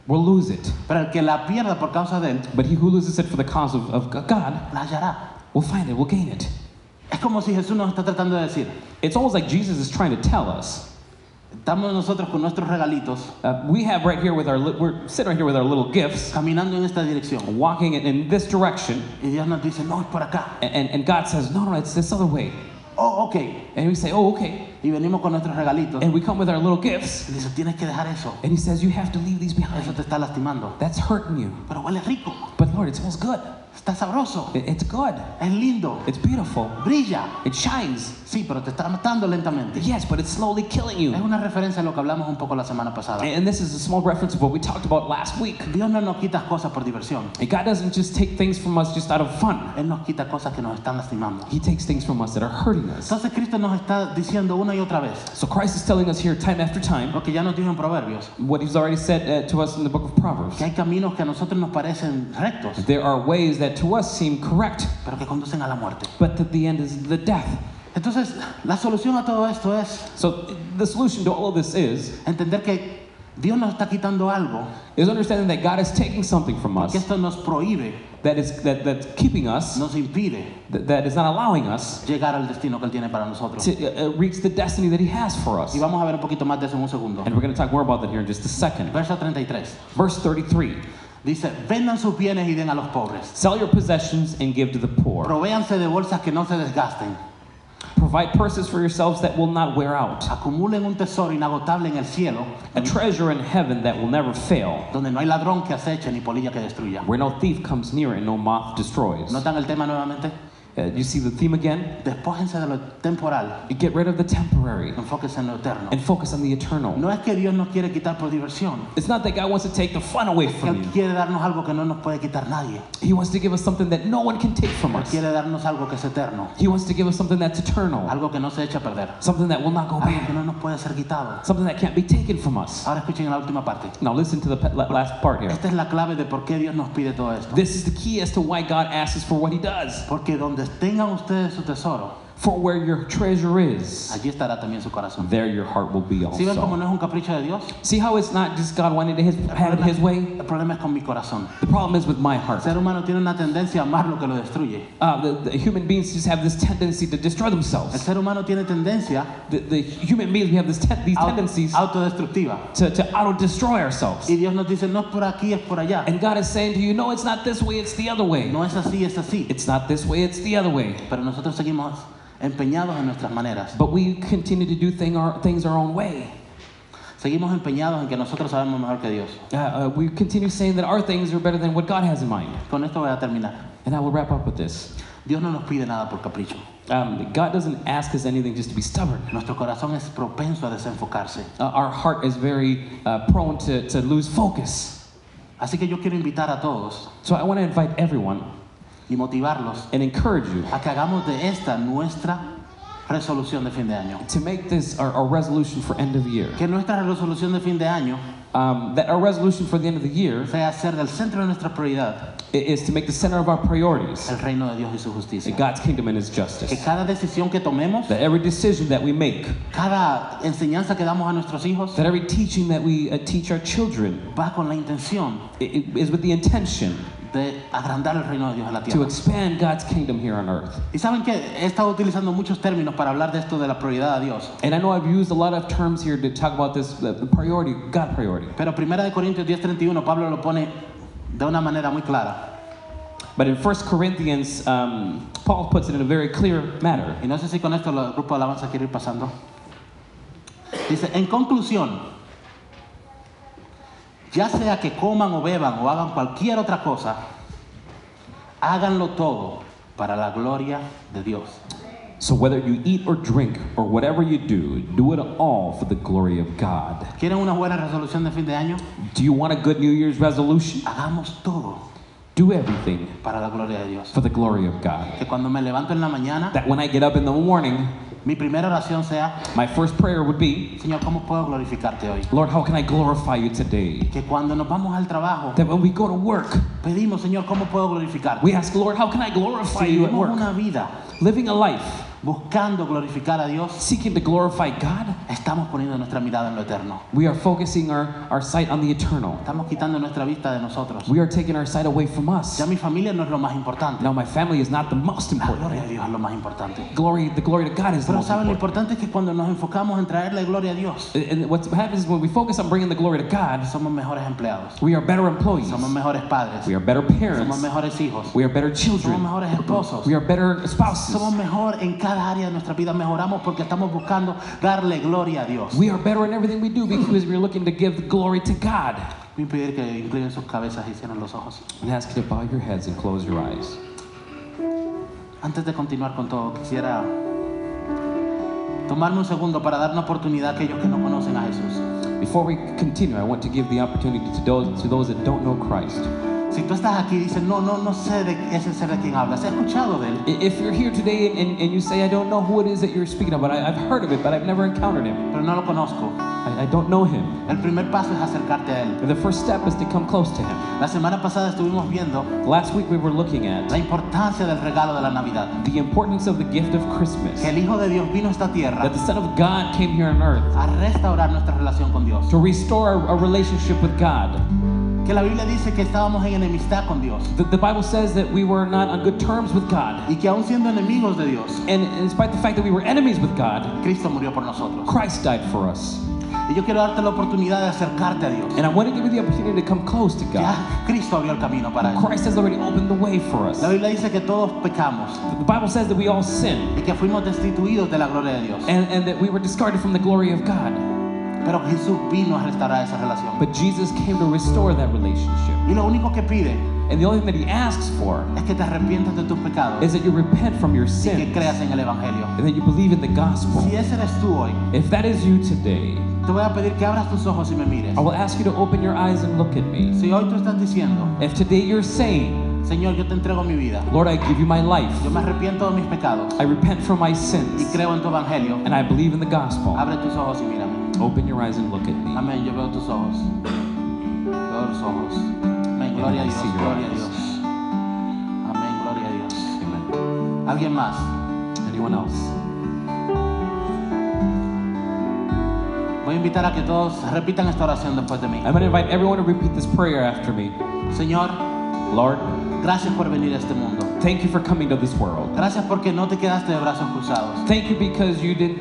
[SPEAKER 2] will lose it,
[SPEAKER 1] Pero el que la pierda por causa de Él,
[SPEAKER 2] but he who loses it for the cause of, of God
[SPEAKER 1] la hallará.
[SPEAKER 2] will find it, will gain it.
[SPEAKER 1] Es como si Jesús nos está tratando de decir,
[SPEAKER 2] It's almost like Jesus is trying to tell us.
[SPEAKER 1] estamos nosotros con nuestros regalitos
[SPEAKER 2] Uh, we have right here with our, li- we're sitting right here with our little gifts,
[SPEAKER 1] caminando en esta dirección.
[SPEAKER 2] walking in, in this direction,
[SPEAKER 1] Y Dios nos dice, no, es por acá.
[SPEAKER 2] and, and, and God says, no, no, it's this other way.
[SPEAKER 1] Oh, ok.
[SPEAKER 2] And we say, oh, okay.
[SPEAKER 1] Y venimos con nuestros regalitos.
[SPEAKER 2] And we come with our little gifts,
[SPEAKER 1] Y dice, tienes que dejar eso.
[SPEAKER 2] and he says, you have to leave these
[SPEAKER 1] Eso
[SPEAKER 2] behind.
[SPEAKER 1] te está lastimando.
[SPEAKER 2] That's hurting you.
[SPEAKER 1] Pero huele rico.
[SPEAKER 2] But Lord, it smells good.
[SPEAKER 1] Está sabroso.
[SPEAKER 2] It- it's good.
[SPEAKER 1] Es lindo.
[SPEAKER 2] It's beautiful.
[SPEAKER 1] Brilla.
[SPEAKER 2] It shines.
[SPEAKER 1] Sí, pero te está matando lentamente.
[SPEAKER 2] Yes, but it's slowly killing
[SPEAKER 1] Es
[SPEAKER 2] you.
[SPEAKER 1] una referencia a lo que hablamos un poco la semana pasada.
[SPEAKER 2] And this is a small reference of what we talked about last week.
[SPEAKER 1] Dios no nos quita cosas por diversión.
[SPEAKER 2] And God doesn't just take things from us just out of fun.
[SPEAKER 1] Él nos quita cosas que nos están lastimando.
[SPEAKER 2] He takes things from us that are hurting us.
[SPEAKER 1] Entonces Cristo nos está diciendo una y otra vez
[SPEAKER 2] So Christ is telling us here time after time
[SPEAKER 1] lo que ya nos dijo en Proverbios.
[SPEAKER 2] what he's already said uh, to us in the book of Proverbs.
[SPEAKER 1] Que hay caminos que a nosotros nos parecen rectos,
[SPEAKER 2] There are ways that to us seem correct,
[SPEAKER 1] pero que conducen a la muerte.
[SPEAKER 2] but that the end is the death.
[SPEAKER 1] Entonces, la solución a todo esto es
[SPEAKER 2] So the solution to all of this is
[SPEAKER 1] entender que Dios nos está quitando algo,
[SPEAKER 2] is understanding that God is taking something from
[SPEAKER 1] que
[SPEAKER 2] us
[SPEAKER 1] esto nos prohíbe,
[SPEAKER 2] that is that, that's keeping us,
[SPEAKER 1] nos impide
[SPEAKER 2] that, that is not allowing us
[SPEAKER 1] llegar al destino que Él tiene para nosotros.
[SPEAKER 2] to uh, uh, reach the destiny that He has for us.
[SPEAKER 1] Y vamos a ver un poquito más de eso en un segundo.
[SPEAKER 2] And we're going to talk more about that here in just a second.
[SPEAKER 1] Verso 33.
[SPEAKER 2] Verse 33
[SPEAKER 1] Dice, vendan sus bienes y den a los pobres.
[SPEAKER 2] Sell your possessions and give to the poor.
[SPEAKER 1] Provéanse de bolsas que no se desgasten.
[SPEAKER 2] Provide purses for yourselves that will not wear out,
[SPEAKER 1] Acumulen un tesoro inagotable en el cielo,
[SPEAKER 2] a treasure in heaven that will never fail,
[SPEAKER 1] donde no hay ladrón que aceche ni polilla que destruya.
[SPEAKER 2] where no thief comes near and no moth destroys.
[SPEAKER 1] ¿Notan el tema nuevamente?
[SPEAKER 2] Uh, you see the theme again?
[SPEAKER 1] Despójense de lo temporal,
[SPEAKER 2] You get rid of the temporary
[SPEAKER 1] enfóquense en lo eterno.
[SPEAKER 2] and focus on the eternal.
[SPEAKER 1] No es que Dios nos quiere quitar por diversión,
[SPEAKER 2] It's not that God wants to take the fun away
[SPEAKER 1] que
[SPEAKER 2] from
[SPEAKER 1] Él
[SPEAKER 2] you.
[SPEAKER 1] quiere darnos algo que no nos puede quitar nadie.
[SPEAKER 2] He wants to give us something that no one can take from us.
[SPEAKER 1] Quiere darnos algo que es eterno,
[SPEAKER 2] He wants to give us something that's eternal,
[SPEAKER 1] algo que no se echa a perder,
[SPEAKER 2] something that will not go
[SPEAKER 1] algo que
[SPEAKER 2] back,
[SPEAKER 1] no nos puede ser quitado.
[SPEAKER 2] something that can't be taken from us.
[SPEAKER 1] Ahora escuchen la última parte.
[SPEAKER 2] Now listen to the pe- la- last part here.
[SPEAKER 1] Esta es la clave de por qué Dios nos pide todo esto.
[SPEAKER 2] This is the key as to why God asks us for what He does.
[SPEAKER 1] Porque donde tengan ustedes su tesoro,
[SPEAKER 2] For where your treasure is,
[SPEAKER 1] allí estará también su corazón.
[SPEAKER 2] there your heart will be
[SPEAKER 1] Si ven cómo
[SPEAKER 2] also.
[SPEAKER 1] no es un capricho de Dios?
[SPEAKER 2] See how it's not just God wanted to his, have it his way?
[SPEAKER 1] El problema es con mi corazón.
[SPEAKER 2] The problem is with my
[SPEAKER 1] El
[SPEAKER 2] heart.
[SPEAKER 1] ser humano tiene una tendencia a amar lo que lo destruye.
[SPEAKER 2] Uh, the, the human beings just have this tendency to destroy
[SPEAKER 1] El
[SPEAKER 2] themselves.
[SPEAKER 1] ser humano tiene tendencia
[SPEAKER 2] The, the human beings, we have this ten- these
[SPEAKER 1] au-
[SPEAKER 2] tendencies
[SPEAKER 1] autodestructiva.
[SPEAKER 2] to, to auto destroy ourselves.
[SPEAKER 1] Y Dios nos dice, no es por aquí, es por allá.
[SPEAKER 2] And God is saying to you, no, it's not this way, it's the other way.
[SPEAKER 1] No es así, es así.
[SPEAKER 2] It's not this way, it's the other way.
[SPEAKER 1] Pero nosotros seguimos empeñados en nuestras maneras.
[SPEAKER 2] But we continue to do thing our, things our own way.
[SPEAKER 1] Seguimos empeñados en que nosotros sabemos mejor que Dios.
[SPEAKER 2] Uh, uh, we continue saying that our things are better than what God has in mind.
[SPEAKER 1] Con esto voy a terminar.
[SPEAKER 2] And I will wrap up with this.
[SPEAKER 1] Dios no nos pide nada por capricho.
[SPEAKER 2] Um, God doesn't ask us anything just to be stubborn.
[SPEAKER 1] Nuestro corazón es propenso a desenfocarse.
[SPEAKER 2] Uh, our heart is very uh, prone to, to lose focus.
[SPEAKER 1] Así que yo quiero invitar a todos
[SPEAKER 2] So I want to invite everyone
[SPEAKER 1] y motivarlos
[SPEAKER 2] and encourage you
[SPEAKER 1] a que hagamos de esta nuestra resolución de fin de año.
[SPEAKER 2] to make this our, our resolution for end of year.
[SPEAKER 1] Que nuestra resolución de fin de año
[SPEAKER 2] Um, that our resolution for the end of the year
[SPEAKER 1] sea hacer del centro de nuestra prioridad
[SPEAKER 2] i- is to make the center of our priorities
[SPEAKER 1] el reino de Dios y su justicia.
[SPEAKER 2] God's kingdom and His
[SPEAKER 1] Que
[SPEAKER 2] justice.
[SPEAKER 1] cada decisión que tomemos,
[SPEAKER 2] That every decision that we make,
[SPEAKER 1] cada enseñanza que damos a nuestros hijos,
[SPEAKER 2] that every teaching that we uh, teach our children
[SPEAKER 1] va con la intención
[SPEAKER 2] i- i- is with the intention
[SPEAKER 1] de agrandar el reino de Dios en la
[SPEAKER 2] to
[SPEAKER 1] tierra.
[SPEAKER 2] expand God's kingdom here on earth.
[SPEAKER 1] Y saben que he estado utilizando muchos términos para hablar de esto de la prioridad a Dios.
[SPEAKER 2] And I know I've used a lot of terms here to talk about this the, the priority, God priority.
[SPEAKER 1] Pero 1 de Corintios 10:31 Pablo lo pone de una manera muy clara.
[SPEAKER 2] But in 1 Corinthians, um, Paul puts it in a very clear manner.
[SPEAKER 1] Y no sé si con esto el grupo de alabanza quiere ir pasando. Dice, en conclusión, ya sea que coman o beban o hagan cualquier otra cosa, háganlo todo para la gloria de Dios.
[SPEAKER 2] So whether you eat or drink or whatever you do, do it all for the glory of God.
[SPEAKER 1] ¿Quieren una buena resolución de fin de año?
[SPEAKER 2] Do you want a good New Year's resolution?
[SPEAKER 1] Hagamos todo
[SPEAKER 2] Do everything
[SPEAKER 1] para la gloria de Dios.
[SPEAKER 2] for the glory of God.
[SPEAKER 1] Que cuando me levanto en la mañana,
[SPEAKER 2] That when I get up in the morning,
[SPEAKER 1] mi primera oración sea,
[SPEAKER 2] my first prayer would be,
[SPEAKER 1] Señor, ¿cómo puedo glorificarte hoy?
[SPEAKER 2] Lord, how can I glorify you today?
[SPEAKER 1] Que cuando nos vamos al trabajo,
[SPEAKER 2] That when we go to work,
[SPEAKER 1] pedimos, Señor, ¿cómo puedo glorificarte?
[SPEAKER 2] we ask, Lord, how can I glorify
[SPEAKER 1] Si
[SPEAKER 2] you at
[SPEAKER 1] vivimos
[SPEAKER 2] work?
[SPEAKER 1] una vida
[SPEAKER 2] Living a life
[SPEAKER 1] buscando glorificar a Dios,
[SPEAKER 2] seeking to glorify God,
[SPEAKER 1] estamos poniendo nuestra mirada en lo eterno.
[SPEAKER 2] we are focusing our, our sight on the eternal.
[SPEAKER 1] Estamos quitando nuestra vista de nosotros.
[SPEAKER 2] We are taking our sight away from us.
[SPEAKER 1] Ya mi familia no es lo más importante.
[SPEAKER 2] Now, my family is not the most
[SPEAKER 1] La gloria de
[SPEAKER 2] important.
[SPEAKER 1] Dios es lo más importante.
[SPEAKER 2] Glory, the glory to God is the
[SPEAKER 1] Pero
[SPEAKER 2] most
[SPEAKER 1] saben, lo
[SPEAKER 2] important.
[SPEAKER 1] importante es que cuando nos enfocamos en traerle gloria a Dios,
[SPEAKER 2] And what happens is when we focus on bringing the glory to God,
[SPEAKER 1] somos mejores empleados,
[SPEAKER 2] we are better employees.
[SPEAKER 1] somos mejores padres,
[SPEAKER 2] We are better
[SPEAKER 1] somos
[SPEAKER 2] parents.
[SPEAKER 1] mejores hijos,
[SPEAKER 2] We are better
[SPEAKER 1] somos
[SPEAKER 2] children.
[SPEAKER 1] mejores esposos.
[SPEAKER 2] We are better
[SPEAKER 1] Somos
[SPEAKER 2] spouses.
[SPEAKER 1] mejor en cada área de nuestra vida, mejoramos porque estamos buscando darle gloria a Dios.
[SPEAKER 2] We are better in everything we do because we're looking to give glory to God.
[SPEAKER 1] Voy a pedir que inclinen sus cabezas y cierren los ojos.
[SPEAKER 2] And ask you to bow your heads and close your eyes.
[SPEAKER 1] Antes de continuar con todo, quisiera tomarme un segundo para dar una oportunidad a aquellos que no conocen a Jesús.
[SPEAKER 2] Before we continue, I want to give the opportunity to those, to those that don't know Christ.
[SPEAKER 1] Si tú estás aquí y dices, no, no, no sé de ese ser de quien hablas, he escuchado de él,
[SPEAKER 2] I- If you're here today and, and you say, I don't know who it is that you're speaking about, I, I've heard of it, but I've never encountered him.
[SPEAKER 1] pero no lo conozco.
[SPEAKER 2] I, I don't know him.
[SPEAKER 1] El primer paso es acercarte a él.
[SPEAKER 2] The first step is to come close to him.
[SPEAKER 1] La semana pasada estuvimos viendo
[SPEAKER 2] Last week we were looking
[SPEAKER 1] la
[SPEAKER 2] at
[SPEAKER 1] importancia del regalo de la Navidad.
[SPEAKER 2] the importance of the gift of Christmas.
[SPEAKER 1] Que el Hijo de Dios vino a esta tierra
[SPEAKER 2] That the Son of God came here on earth
[SPEAKER 1] a restaurar nuestra relación con Dios.
[SPEAKER 2] to restore our, our relationship with God.
[SPEAKER 1] Que la Biblia dice que estábamos en enemistad con Dios
[SPEAKER 2] The, the Bible says that we were not on good terms with God.
[SPEAKER 1] y que aún siendo enemigos de Dios,
[SPEAKER 2] And in spite of the fact that we were enemies with God,
[SPEAKER 1] Cristo murió por nosotros.
[SPEAKER 2] Christ died for us.
[SPEAKER 1] Y yo quiero darte la oportunidad de acercarte a Dios.
[SPEAKER 2] And I want to give you the opportunity to come close to God.
[SPEAKER 1] Ya Cristo abrió el camino para eso.
[SPEAKER 2] Christ has already opened the way for us.
[SPEAKER 1] La Biblia dice que todos pecamos
[SPEAKER 2] The Bible says that we all sin.
[SPEAKER 1] y que fuimos destituidos de la gloria de Dios.
[SPEAKER 2] and, and that we were discarded from the glory of God.
[SPEAKER 1] Pero Jesús vino a restaurar esa relación.
[SPEAKER 2] But Jesus came to restore that relationship.
[SPEAKER 1] Y lo único que pide
[SPEAKER 2] And the only thing that he asks for
[SPEAKER 1] es que te arrepientas de tus pecados
[SPEAKER 2] is that you repent from your
[SPEAKER 1] y que
[SPEAKER 2] sins
[SPEAKER 1] creas en el Evangelio.
[SPEAKER 2] and that you believe in the gospel.
[SPEAKER 1] Si ese eres tú hoy,
[SPEAKER 2] If that is you today,
[SPEAKER 1] te voy a pedir que abras tus ojos y me mires.
[SPEAKER 2] I will ask you to open your eyes and look at me.
[SPEAKER 1] Si hoy tú estás diciendo,
[SPEAKER 2] If today you're saying,
[SPEAKER 1] Señor, yo te entrego mi vida,
[SPEAKER 2] Lord, I give you my
[SPEAKER 1] yo
[SPEAKER 2] life,
[SPEAKER 1] me arrepiento de mis pecados
[SPEAKER 2] I repent from my
[SPEAKER 1] y
[SPEAKER 2] sins,
[SPEAKER 1] creo en tu Evangelio,
[SPEAKER 2] and I believe in the gospel,
[SPEAKER 1] abre tus ojos y mírame.
[SPEAKER 2] open your eyes and look at me.
[SPEAKER 1] Amén, yo veo tus ojos. Veo los ojos. Amén, gloria a
[SPEAKER 2] I
[SPEAKER 1] Dios,
[SPEAKER 2] see your
[SPEAKER 1] gloria a
[SPEAKER 2] eyes.
[SPEAKER 1] Dios. Amén, gloria a Dios.
[SPEAKER 2] Amen.
[SPEAKER 1] ¿Alguien más?
[SPEAKER 2] everyone else.
[SPEAKER 1] Voy a invitar a que todos repitan esta oración después de mí.
[SPEAKER 2] I'm going to invite everyone to repeat this prayer after me.
[SPEAKER 1] Señor,
[SPEAKER 2] Lord,
[SPEAKER 1] gracias por venir a este mundo.
[SPEAKER 2] thank you for coming to this world.
[SPEAKER 1] Gracias porque no te quedaste de brazos cruzados.
[SPEAKER 2] Thank you because you didn't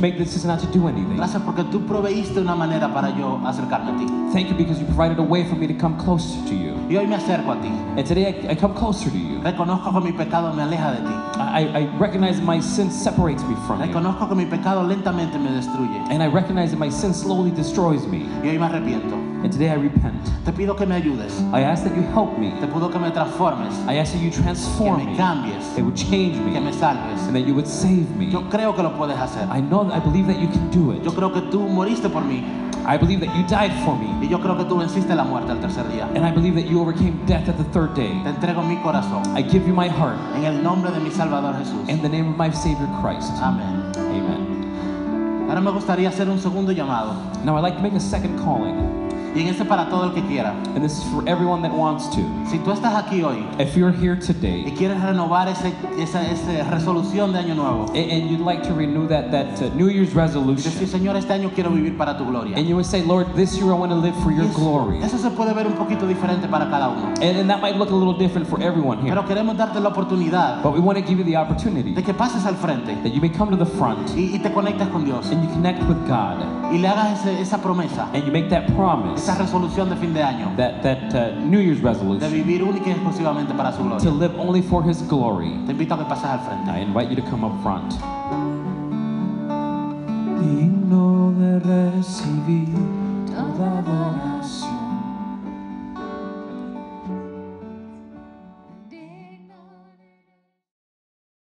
[SPEAKER 2] make this decision not to do anything.
[SPEAKER 1] Gracias porque tú proveíste una manera para yo acercarme a ti.
[SPEAKER 2] Thank you because you provided a way for me to come closer to you.
[SPEAKER 1] Y hoy me acerco a ti.
[SPEAKER 2] And today I, I come closer to you.
[SPEAKER 1] Reconozco que mi pecado me aleja de ti.
[SPEAKER 2] I, I recognize my sin separates me from you.
[SPEAKER 1] Reconozco que mi pecado lentamente me destruye.
[SPEAKER 2] And I recognize that my sin slowly destroys me.
[SPEAKER 1] Y hoy me arrepiento.
[SPEAKER 2] And today I repent.
[SPEAKER 1] Te pido que me ayudes.
[SPEAKER 2] I ask that you help me.
[SPEAKER 1] Te pido que me transformes.
[SPEAKER 2] I ask that you
[SPEAKER 1] Que
[SPEAKER 2] transform
[SPEAKER 1] me
[SPEAKER 2] me.
[SPEAKER 1] cambies.
[SPEAKER 2] That would change
[SPEAKER 1] Que
[SPEAKER 2] me.
[SPEAKER 1] me salves.
[SPEAKER 2] And that you would save me.
[SPEAKER 1] Yo creo que lo puedes hacer.
[SPEAKER 2] I know, I believe that you can do it.
[SPEAKER 1] Yo creo que tú moriste por mí.
[SPEAKER 2] I believe that you died for me.
[SPEAKER 1] Y yo creo que tú venciste la muerte al tercer día.
[SPEAKER 2] And I believe that you overcame death at the third day.
[SPEAKER 1] Te entrego mi corazón.
[SPEAKER 2] I give you my heart.
[SPEAKER 1] En el nombre de mi Salvador Jesús.
[SPEAKER 2] In the name of my Savior Christ.
[SPEAKER 1] Amén.
[SPEAKER 2] Amen.
[SPEAKER 1] Ahora me gustaría hacer un segundo llamado.
[SPEAKER 2] Now I'd like to make a second calling.
[SPEAKER 1] Y en este para todo el que quiera.
[SPEAKER 2] And this is for everyone that wants to.
[SPEAKER 1] Si tú estás aquí hoy
[SPEAKER 2] If you're here
[SPEAKER 1] y
[SPEAKER 2] today
[SPEAKER 1] quieres renovar ese- esa, esa resolución de año nuevo,
[SPEAKER 2] a- and you'd like to renew that, that uh, New Year's
[SPEAKER 1] y decir,
[SPEAKER 2] resolution,
[SPEAKER 1] Señor, este año quiero vivir para tu gloria.
[SPEAKER 2] and you would say, Lord, this year I want to live for
[SPEAKER 1] Y
[SPEAKER 2] your
[SPEAKER 1] eso-
[SPEAKER 2] glory.
[SPEAKER 1] Eso se puede ver un poquito diferente para cada uno.
[SPEAKER 2] And, and that might look a little different for everyone here.
[SPEAKER 1] Pero queremos darte la oportunidad
[SPEAKER 2] But we want to give you the opportunity
[SPEAKER 1] de que pases al frente
[SPEAKER 2] that you may come to the front
[SPEAKER 1] y, y te conectes con Dios.
[SPEAKER 2] and you connect with God
[SPEAKER 1] Y le hagas ese- esa promesa,
[SPEAKER 2] and you make that promise,
[SPEAKER 1] esa resolución de fin de año,
[SPEAKER 2] that, that uh, New Year's
[SPEAKER 1] de
[SPEAKER 2] resolution,
[SPEAKER 1] vivir única y exclusivamente para su
[SPEAKER 2] to
[SPEAKER 1] gloria.
[SPEAKER 2] live only for His glory.
[SPEAKER 1] Te invito a que pases al frente.
[SPEAKER 2] I invite you to come up front.
[SPEAKER 3] digno de